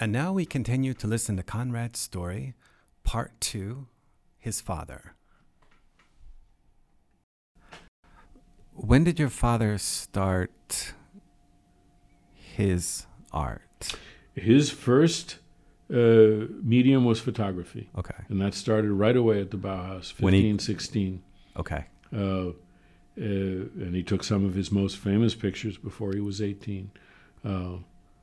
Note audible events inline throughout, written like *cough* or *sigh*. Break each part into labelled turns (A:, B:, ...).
A: And now we continue to listen to Conrad's story, part two His Father. When did your father start his art?
B: His first uh, medium was photography,
A: Okay.
B: and that started right away at the Bauhaus,
A: When he-
B: 15, 16.
A: Okay.
B: Uh, uh, and he took some of his most famous pictures before he was 18, uh,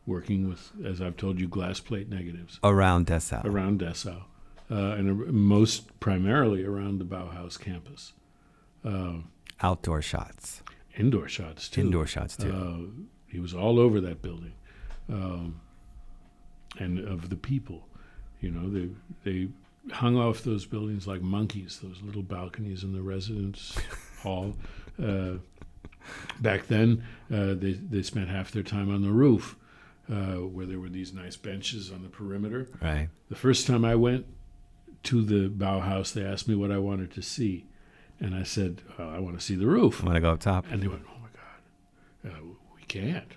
B: working with, as I've told you, glass plate negatives
A: Around Dessau.
B: around Dessau, uh, and ar- most primarily around the Bauhaus campus. Uh,
A: Outdoor shots.
B: indoor shots, too.
A: Indoor shots, too.
B: Uh, he was all over that building, um, and of the people. You know, they they hung off those buildings like monkeys. Those little balconies in the residence hall. Uh, back then, uh, they they spent half their time on the roof, uh, where there were these nice benches on the perimeter.
A: right.
B: The first time I went to the Bauhaus, they asked me what I wanted to see, and I said, "Uh, "I want to see the roof."
A: I'm going to go up top.
B: And they went, oh my God, uh, we can't.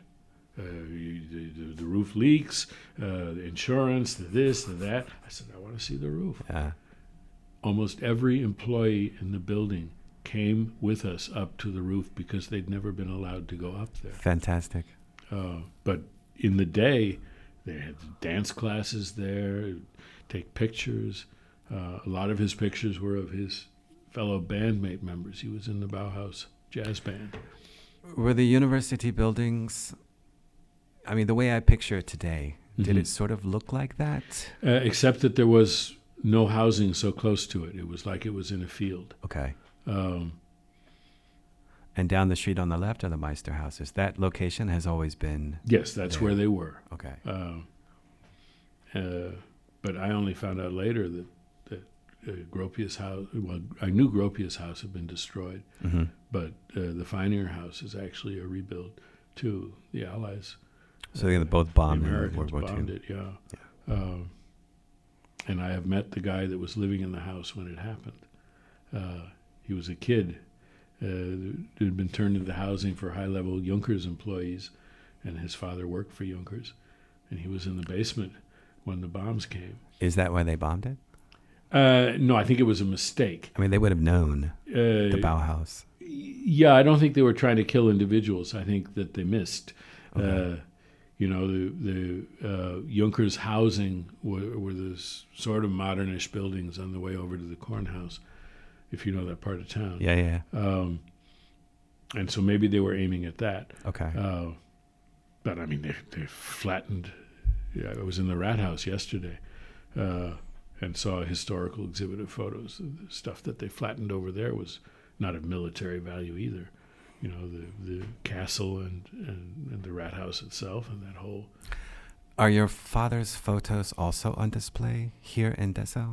B: Uh, you- the, the, the roof leaks, uh, the insurance, the this, the that. I said, I want to see the roof.
A: Yeah.
B: Almost every employee in the building came with us up to the roof because they'd never been allowed to go up there.
A: Fantastic.
B: Uh, but in the day, they had dance classes there, take pictures. Uh, a lot of his pictures were of his fellow bandmate members. He was in the Bauhaus jazz band.
A: Were the university buildings, I mean, the way I picture it today, did
B: Mhm.
A: it sort of look like that?
B: Uh, except that there was no housing so close to it. It was like it was in a field.
A: Okay.
B: Um,
A: And down the street on the left are the Meister houses. That location has always been
B: yes, that's where they were.
A: okay.
B: Um uh, but I only found out later that that uh, Gropius House. Well, I knew Gropius House had been destroyed,
A: Mhm.
B: but uh, the Finer House is actually a rebuild too. The Allies,
A: So they both
B: the
A: bombed in
B: Americans
A: World War
B: bombed
A: II.
B: it. Yeah. Um, and I have met the guy that was living in the house when it happened. Uh, he was a kid uh, who had been turned into housing for high level Junkers employees, and his father worked for Junkers. And he was in the basement when the bombs came.
A: Is that why they bombed it?
B: Uh, no, I think it was a mistake.
A: I mean, they would have known the
B: Uh,
A: Bauhaus.
B: yeah, I don't think they were trying to kill individuals. I think that they missed. Uh, you know, the the uh, Junkers housing were, were the s- sort of modernish buildings on the way over to the cornhouse, if you know that part of town.
A: Yeah, yeah. yeah.
B: Um, and so maybe they were aiming at that.
A: Okay.
B: Uh, but I mean, they they flattened. Yeah, I was in the Rat House yesterday, uh, and saw a historical exhibit of photos. The stuff that they flattened over there was not of military value either. You know, the the castle and and, and the Rat House itself, and that whole.
A: Are your father's photos also on display here in Dessau?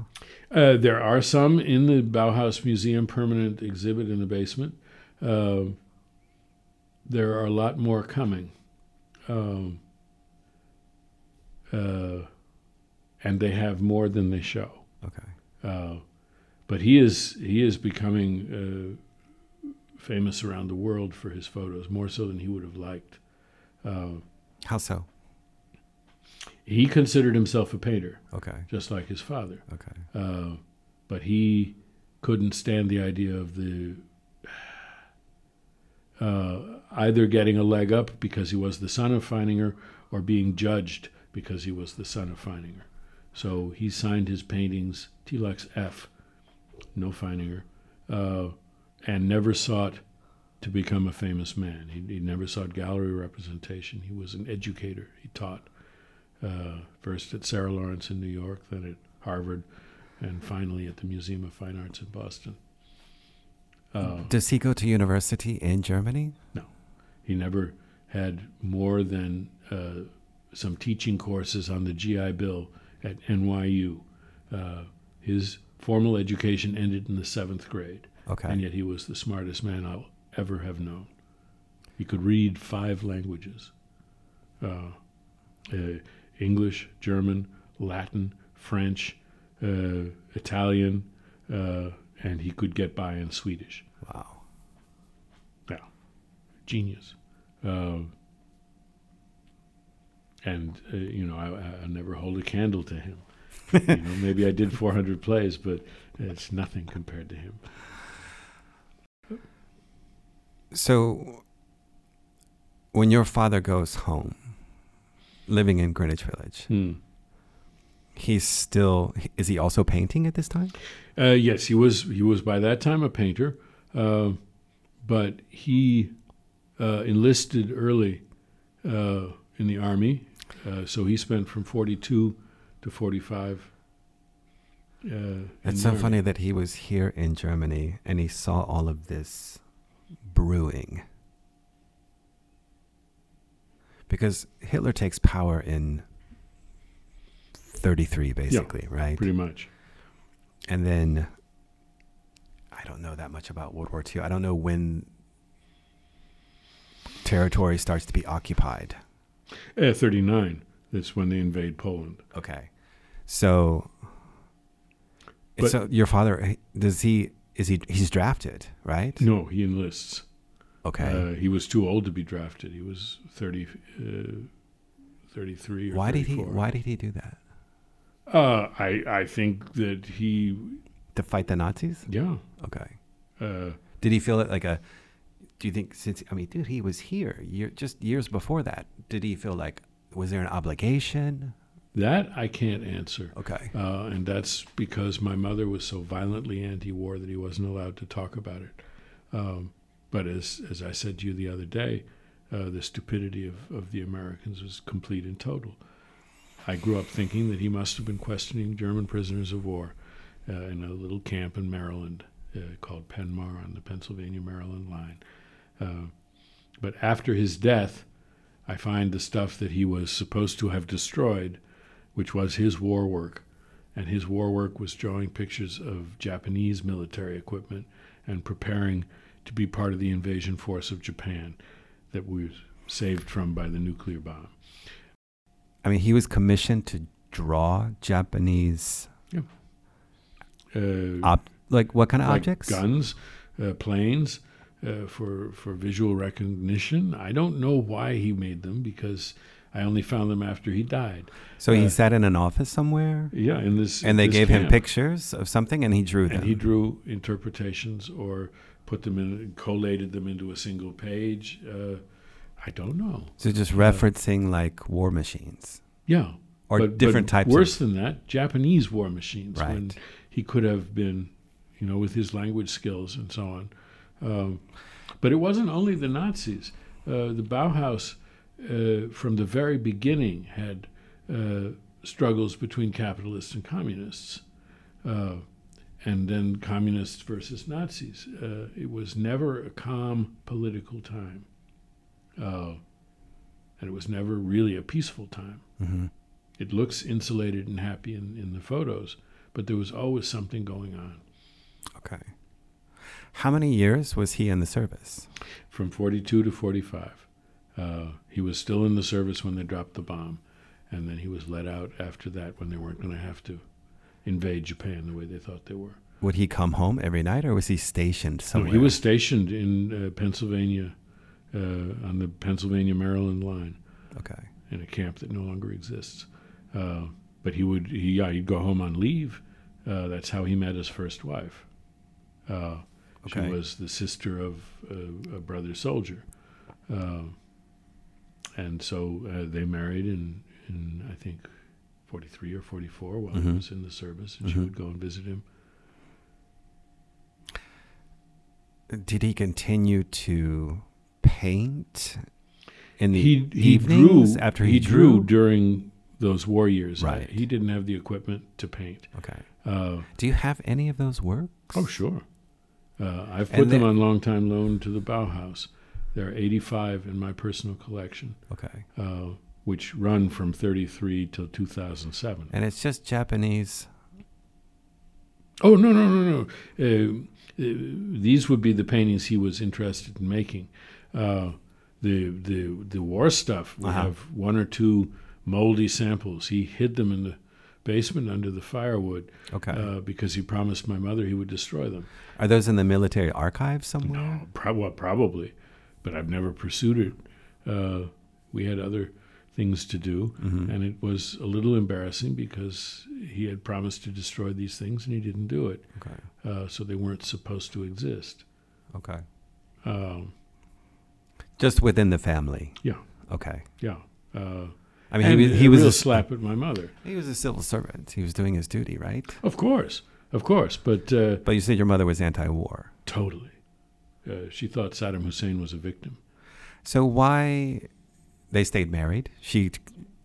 B: Uh, there are some in the Bauhaus Museum permanent exhibit in the basement. Um there are a lot more coming. Um, uh, and they have more than they show.
A: Okay.
B: Uh, but he is he is becoming uh, famous around the world for his photos more so than he would have liked. Uh,
A: How so?
B: he considered himself a painter,
A: Okay.
B: just like his father.
A: Okay.
B: Uh, but he couldn't stand the idea of the uh, either getting a leg up because he was the son of Feininger or being judged because he was the son of Feininger. So he signed his paintings Telex F, no Feininger, uh, and never sought to become a famous man. He, he never sought gallery representation. He was an educator. He taught uh, first at Sarah Lawrence in New York, then at Harvard, and finally at the Museum of Fine Arts in Boston. Uh,
A: Does he go to university in Germany?
B: he never had more than uh, some teaching courses on the GI Bill at NYU. Uh, his formal education ended in the seventh grade,
A: Okay.
B: and yet he was the smartest man I'll ever have known. He could read five languages uh, uh, English, German, Latin, French, uh, Italian, uh, and he could get by in Swedish
A: Wow.
B: genius. Um, Uh, and uh, you know I, I never hold a candle to him. you know, maybe I did 400 plays, but it's nothing compared to him.
A: So, when your father goes home, living in Greenwich Village,
B: Hmm.
A: he's still is he also painting at this time?
B: Uh, yes, he was. He was by that time a painter, uh, but he uh, enlisted early uh, in the army, uh, so he spent from forty-two to forty-five. Uh, in
A: It's
B: the
A: so
B: army.
A: funny that he was here in Germany and he saw all of this brewing. Because Hitler takes power in 33 basically, right?
B: Pretty much.
A: and then I don't know that much about World War II. I don't know when territory starts to be occupied.
B: Uh, Thirty-nine. That's when they invade Poland.
A: Okay. So,
B: But-
A: so your father eh, does he is he he's drafted, right?
B: No, he enlists.
A: Okay.
B: Uh, he was too old to be drafted. He was 30, uh, 33 or
A: why did he
B: 34.
A: why did he do that?
B: Uh, I, I think that he,
A: To fight the Nazis?
B: yeah.
A: Okay.
B: Uh,
A: Did he feel it like a do you think since I mean, dude, he was here year, just years before that. Did he feel like was there an obligation?
B: that I can't answer.
A: Okay.
B: Uh, and that's because my mother was so violently anti-war that he wasn't allowed to talk about it. Um, but as as I said to you the other day, uh, the stupidity of, of the Americans was complete and total. I grew up thinking that he must have been questioning German prisoners of war uh, in a little camp in Maryland uh, called Penmar on the Pennsylvania-Maryland line. Uh, but after his death, I find the stuff that he was supposed to have destroyed, which was his war work, and his war work was drawing pictures of Japanese military equipment and preparing to be part of the invasion force of Japan that we were saved from by the nuclear bomb.
A: I mean, he was commissioned to draw Japanese
B: Uh,
A: ob- like what kind of
B: like
A: objects?
B: guns, uh, planes, uh, for for visual recognition. I don't know why he made them because I only found them after he died.
A: So he
B: uh,
A: sat in an office somewhere
B: Yeah, in this
A: and they
B: this
A: gave him
B: camp.
A: pictures of something and he drew them.
B: and he drew interpretations or put them in collated them into a single page uh, i don't know
A: so just referencing like war machines
B: yeah
A: or different types of-
B: worse than that japanese war machines when
A: Right.
B: he could have been you know with his language skills and so on um, but it wasn't only the nazis uh, the bauhaus uh, from the very beginning had uh, struggles between capitalists and communists uh, and then communists versus Nazis. Uh, it was never a calm political time, uh, and it was never really a peaceful time.
A: hmm
B: It looks insulated and happy in, in the photos, but there was always something going on.
A: Okay. How many years was he in the service?
B: From 42 to 45, uh, he was still in the service when they dropped the bomb, and then he was let out after that when they weren't going to have to invade Japan the way they thought they were.
A: Would he come home every night or was he stationed
B: No,
A: somewhere?
B: he was stationed in uh, Pennsylvania, uh, on the Pennsylvania Maryland line,
A: Okay.
B: in a camp that no longer exists. Uh, but he would, he, yeah, he'd go home on leave. Uh, that's how he met his first wife. Uh,
A: Okay.
B: She was the sister of uh, a brother soldier, uh, and so uh, they married in, in I think, forty three or forty four while he
A: Mhm.
B: was in the service, and she
A: Mhm.
B: would go and visit him.
A: Did he continue to paint in the
B: he he
A: evenings
B: drew
A: after
B: he,
A: he,
B: drew, during those war years.
A: Right.
B: He didn't have the equipment to paint.
A: Okay.
B: Uh,
A: Do you have any of those works?
B: oh sure, uh, I've
A: And
B: put them
A: the-
B: on long time loan to the Bauhaus. There are 85 in my personal collection,
A: Okay.
B: uh, which run from 33 till 2007.
A: And it's just Japanese.
B: Oh no no no no! Uh, uh, these would be the paintings he was interested in making. Uh, the the the war stuff. We
A: Uh-huh.
B: have one or two moldy samples. He hid them in the basement under the firewood
A: Okay.
B: uh, because he promised my mother he would destroy them.
A: Are those in the military archive somewhere?
B: No, prob- well, probably, but I've never pursued it. Uh, we had other things to do,
A: Mm-hmm.
B: and it was a little embarrassing because he had promised to destroy these things and he didn't do it,
A: Okay.
B: uh, so they weren't supposed to exist.
A: Okay.
B: Um,
A: Just within the family.
B: yeah,
A: Okay.
B: yeah. Uh,
A: I mean, he
B: and
A: was, he was
B: real
A: a,
B: slap at my mother,
A: he was a civil servant. He was doing his duty, right?
B: of course, of course, but uh,
A: But you said your mother was anti-war.
B: totally. Uh, she thought Saddam Hussein was a victim.
A: So why they stayed married? She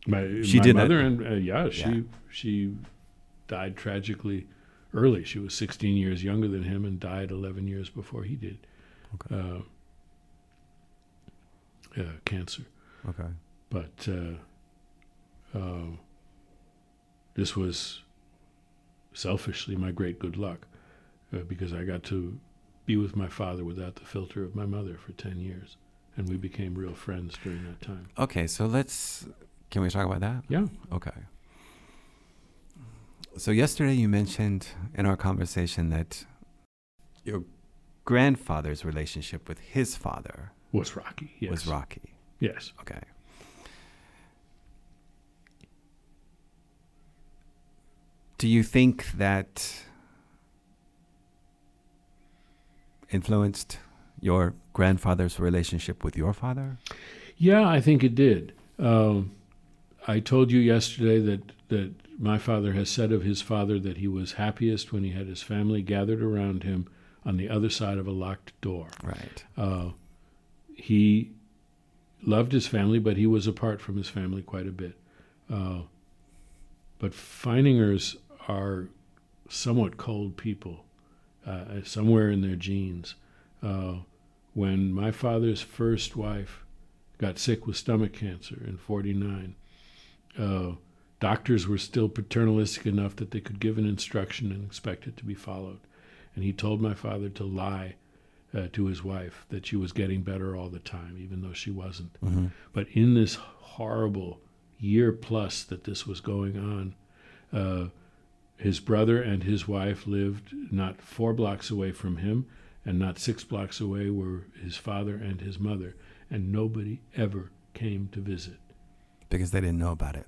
B: My,
A: She
B: my
A: did that.
B: mother and uh, yeah, she
A: Yeah.
B: she died tragically early. She was 16 years younger than him and died 11 years before he did. Okay. Uh, uh, cancer,
A: okay.
B: but uh, uh, this was selfishly my great good luck uh, because I got to be with my father without the filter of my mother for 10 years, and we became real friends during that time.
A: Okay, so let's can we talk about that?
B: Yeah.
A: Okay. So yesterday you mentioned in our conversation that your grandfather's relationship with his father
B: Was rocky. Yes.
A: was rocky.
B: Yes.
A: Okay. Do you think that influenced your grandfather's relationship with your father?
B: Yeah, I think it did. Um, I told you yesterday that that my father has said of his father that he was happiest when he had his family gathered around him on the other side of a locked door.
A: Right.
B: Uh, he loved his family, but he was apart from his family quite a bit. Uh, but Feiningers are somewhat cold people, uh, somewhere in their genes. Uh, when my father's first wife got sick with stomach cancer in 49, uh, doctors were still paternalistic enough that they could give an instruction and expect it to be followed. And he told my father to lie uh, to his wife that she was getting better all the time, even though she wasn't. But in this horrible year plus that this was going on, uh, his brother and his wife lived not four blocks away from him, and not six blocks away were his father and his mother, and nobody ever came to visit.
A: Because they didn't know about it.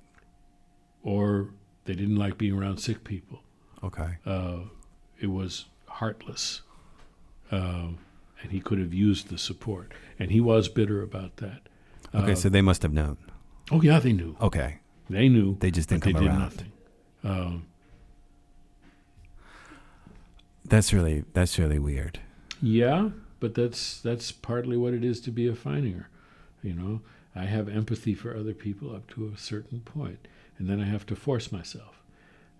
B: Or they didn't like being around sick people.
A: Okay.
B: uh, it was heartless. Um and he could have used the support. And he was bitter about that.
A: Okay,
B: uh,
A: so they must have known.
B: Oh, yeah, they knew.
A: Okay.
B: They knew.
A: They just
B: but
A: didn't
B: they
A: come
B: did
A: around.
B: nothing. Um,
A: That's really that's really weird.
B: yeah, but that's that's partly what it is to be a fininger. You know, I have empathy for other people up to a certain point, and then I have to force myself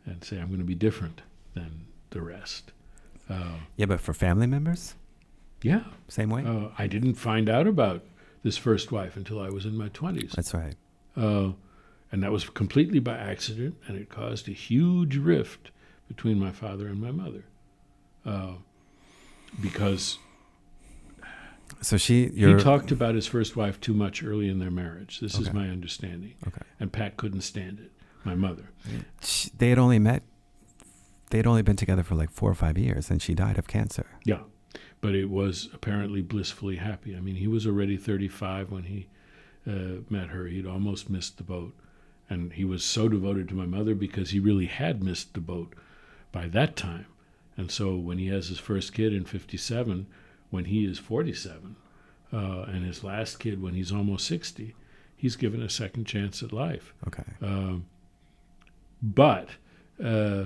B: and say I'm going to be different than the rest. Uh,
A: Yeah, but for family members,
B: yeah,
A: same way.
B: uh, I didn't find out about this first wife until I was in my twenties.
A: That's right.
B: Uh, and that was completely by accident, and it caused a huge rift between my father and my mother. Uh, because
A: So she, your
B: he talked about his first wife too much early in their marriage. This is
A: Okay.
B: my understanding.
A: Okay.
B: And Pat couldn't stand it, my mother.
A: sh they had only met, they had only been together for like four or five years, and she died of cancer.
B: Yeah. But it was apparently blissfully happy. I mean, he was already 35 when he uh, met her. He'd almost missed the boat. And he was so devoted to my mother because he really had missed the boat by that time. And so when he has his first kid in 57, when he is 47, uh, and his last kid when he's almost 60, he's given a second chance at life.
A: Okay.
B: Um, but uh,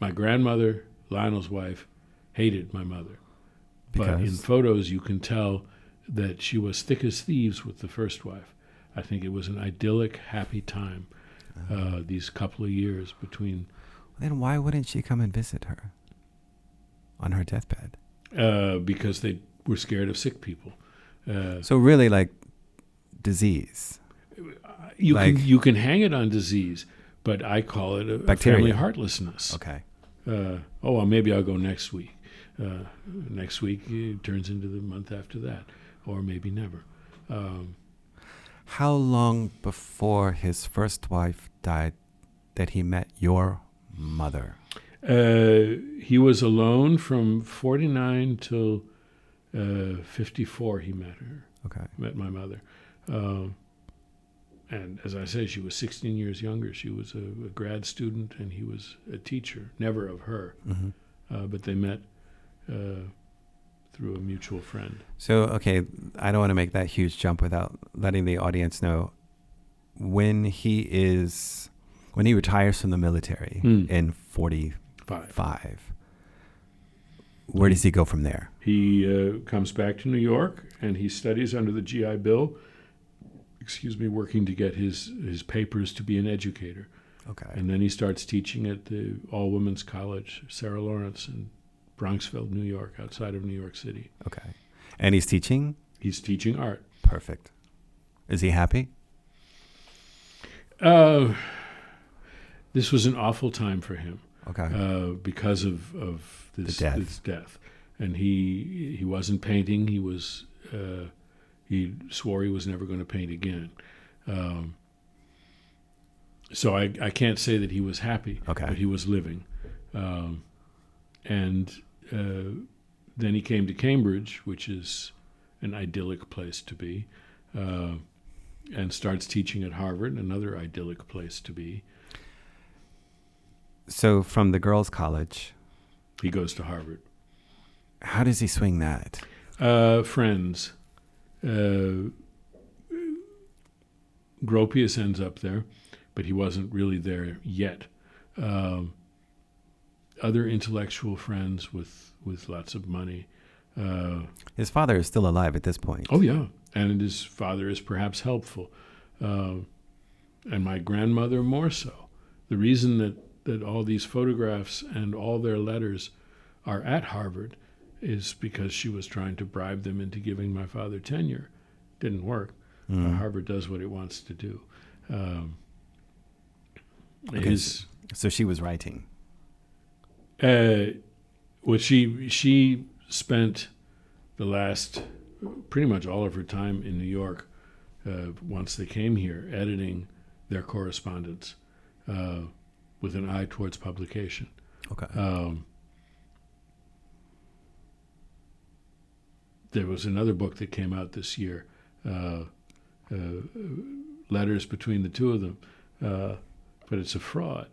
B: my grandmother, Lionel's wife, hated my mother. But in
A: Because
B: photos, you can tell that she was thick as thieves with the first wife. I think it was an idyllic, happy time. Uh, these couple of years between,
A: then why wouldn't she come and visit her on her deathbed?
B: uh, because they were scared of sick people. Uh,
A: So really, like disease.
B: you
A: Like-
B: can you can hang it on disease, but I call it a, a
A: Bacteria.
B: family heartlessness.
A: Okay.
B: uh, oh, well, maybe I'll go next week. Uh, next week it turns into the month after that, or maybe never. Um,
A: How long before his first wife died that he met your mother?
B: uh, he was alone from 49 till Uh, 54, he met her,
A: Okay.
B: met my mother. Um, and as I say, she was 16 years younger. She was a, a grad student and he was a teacher, never of her.
A: hmm
B: Uh, but they met uh, through a mutual friend.
A: So, okay, I don't want to make that huge jump without letting the audience know when he is when he retires from the military
B: Hmm.
A: in 45.
B: Five.
A: Where does he go from there?
B: He uh, comes back to New York and he studies under the GI Bill. Excuse me, working to get his his papers to be an educator,
A: Okay.
B: and then he starts teaching at the All Women's College, Sarah Lawrence in Bronxville, New York, outside of New York City.
A: Okay. And he's teaching?
B: He's teaching art.
A: Perfect. Is he happy?
B: Uh, this was an awful time for him.
A: Okay.
B: uh, because of of this,
A: The death.
B: this death. And he he wasn't painting. He was uh, he swore he was never going to paint again. Um, so I I can't say that he was happy,
A: Okay.
B: but he was living. Um, and uh, then he came to Cambridge, which is an idyllic place to be. Uh, and starts teaching at Harvard, another idyllic place to be.
A: so, from the girls' college,
B: He goes to Harvard.
A: how does he swing that?
B: Uh, friends. Uh, Gropius ends up there, but he wasn't really there yet. Um, other intellectual friends with, with lots of money. Uh,
A: His father is still alive at this point.
B: oh, yeah. And his father is perhaps helpful. Uh, and my grandmother more so. The reason that, that all these photographs and all their letters are at Harvard is because she was trying to bribe them into giving my father tenure. Didn't work.
A: Mm.
B: Uh, Harvard does what it wants to do. Um,
A: Okay.
B: His
A: So she was writing.
B: uh, well, she she spent the last pretty much all of her time in New York. Uh, once they came here, editing their correspondence uh, with an eye towards publication.
A: Okay.
B: Um, there was another book that came out this year, uh, uh, letters between the two of them, uh, but it's a fraud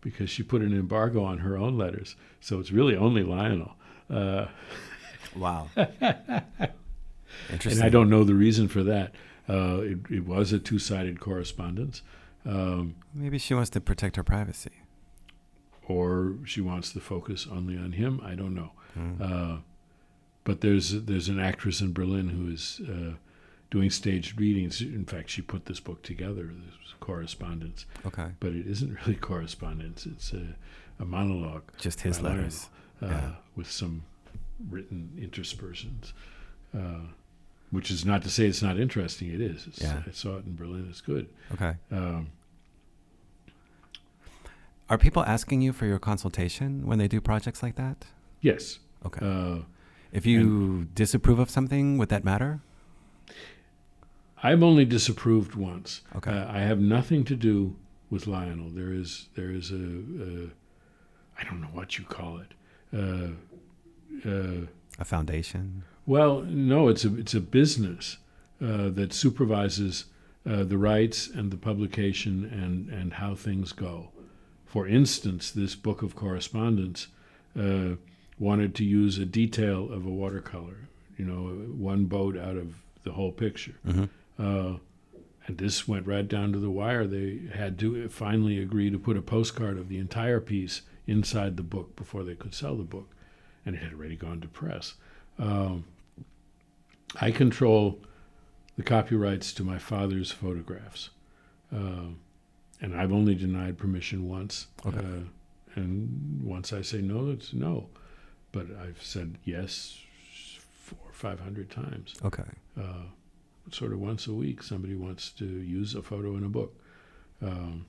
B: because she put an embargo on her own letters, so it's really only Lionel. Uh, *laughs*
A: Wow. Interesting.
B: and I don't know the reason for that. Uh, it, it was a two-sided correspondence, um,
A: Maybe she wants to protect her privacy.
B: or she wants the focus only on him. I don't know. Uh, but there's there's an actress in Berlin who is uh, doing staged readings. In fact, she put this book together, this correspondence.
A: Okay.
B: But it isn't really *laughs* correspondence. It's a, a monologue
A: Just his
B: By Lionel.
A: letters.
B: uh,
A: Yeah.
B: with some written interspersions, uh, which is not to say it's not interesting. It is. It's,
A: Yeah.
B: I saw it in Berlin. It's good.
A: Okay.
B: Um,
A: Are people asking you for your consultation when they do projects like that?
B: yes.
A: Okay.
B: Uh,
A: if you disapprove of something, would that matter?
B: I've only disapproved once.
A: Okay.
B: Uh, I have nothing to do with Lionel. There is there is a, a I don't know what you call it. Uh, uh,
A: A foundation.
B: well, no, it's a it's a business uh, that supervises uh, the rights and the publication and and how things go. For instance, this book of correspondence uh, wanted to use a detail of a watercolor, you know, one boat out of the whole picture.
A: Mhm.
B: Uh, and this went right down to the wire. They had to finally agree to put a postcard of the entire piece inside the book before they could sell the book. And it had already gone to press. Um, I control the copyrights to my father's photographs. Um and I've only denied permission once.
A: Okay.
B: Uh, and once I say no, it's no. But I've said yes four or 500 times
A: Okay.
B: uh, sort of once a week. Somebody wants to use a photo in a book. Um,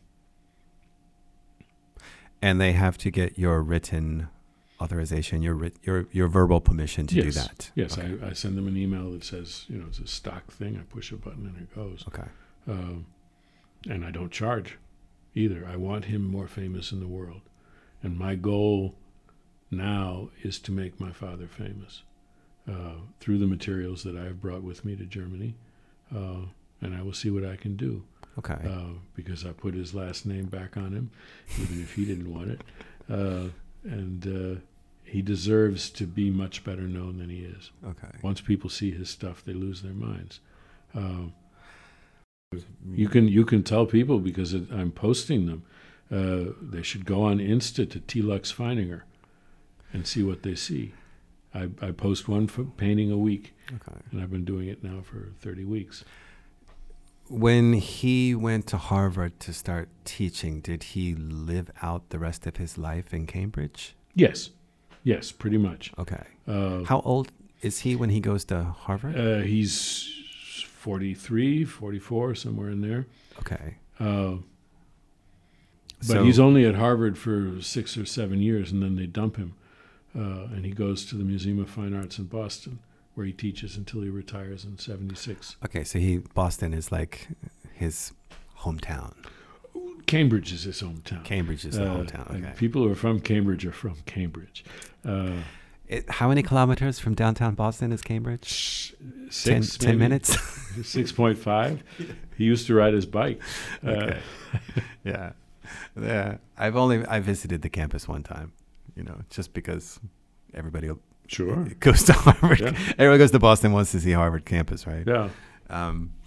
A: And they have to get your written authorization, your writ- your your verbal permission to do
B: Yes.
A: that.
B: yes,
A: Okay.
B: I, I send them an email that says, you know, it's a stock thing. I push a button and it goes.
A: okay.
B: Um, and I don't charge either. I want him more famous in the world. And my goal now is to make my father famous. uh, through the materials that I've brought with me to Germany, uh, and I will see what I can do
A: Okay.
B: uh, because I put his last name back on him, even if he didn't want it. Uh, and uh, he deserves to be much better known than he is.
A: okay.
B: Once people see his stuff, they lose their minds. Uh, you can you can tell people because it, I'm posting them. Uh, they should go on Insta to T-Lux Feininger and see what they see. I, I post one f- painting a week,
A: Okay.
B: and I've been doing it now for 30 weeks.
A: When he went to Harvard to start teaching, did he live out the rest of his life in Cambridge?
B: Yes, yes, pretty much.
A: Okay.
B: Uh,
A: How old is he when he goes to Harvard?
B: uh, he's 43, 44, somewhere in there.
A: okay.
B: Uh, but
A: So-
B: he's only at Harvard for six or seven years, and then they dump him. Uh, and he goes to the Museum of Fine Arts in Boston, where he teaches until he retires in 76.
A: Okay, so he Boston is like his hometown.
B: Cambridge is his hometown.
A: Cambridge is the
B: Uh,
A: hometown.
B: and
A: Okay.
B: People who are from Cambridge are from Cambridge. Uh,
A: It, how many kilometers from downtown Boston is Cambridge?
B: six,
A: Ten, ten
B: maybe?
A: minutes.
B: 6.5. He used to ride his bike. Uh,
A: Okay. *laughs* yeah, yeah. I've only I visited the campus one time. You know, just because everybody
B: Sure.
A: goes to Harvard.
B: Yeah.
A: Everyone goes to Boston wants to see Harvard campus, right?
B: Yeah.
A: Um,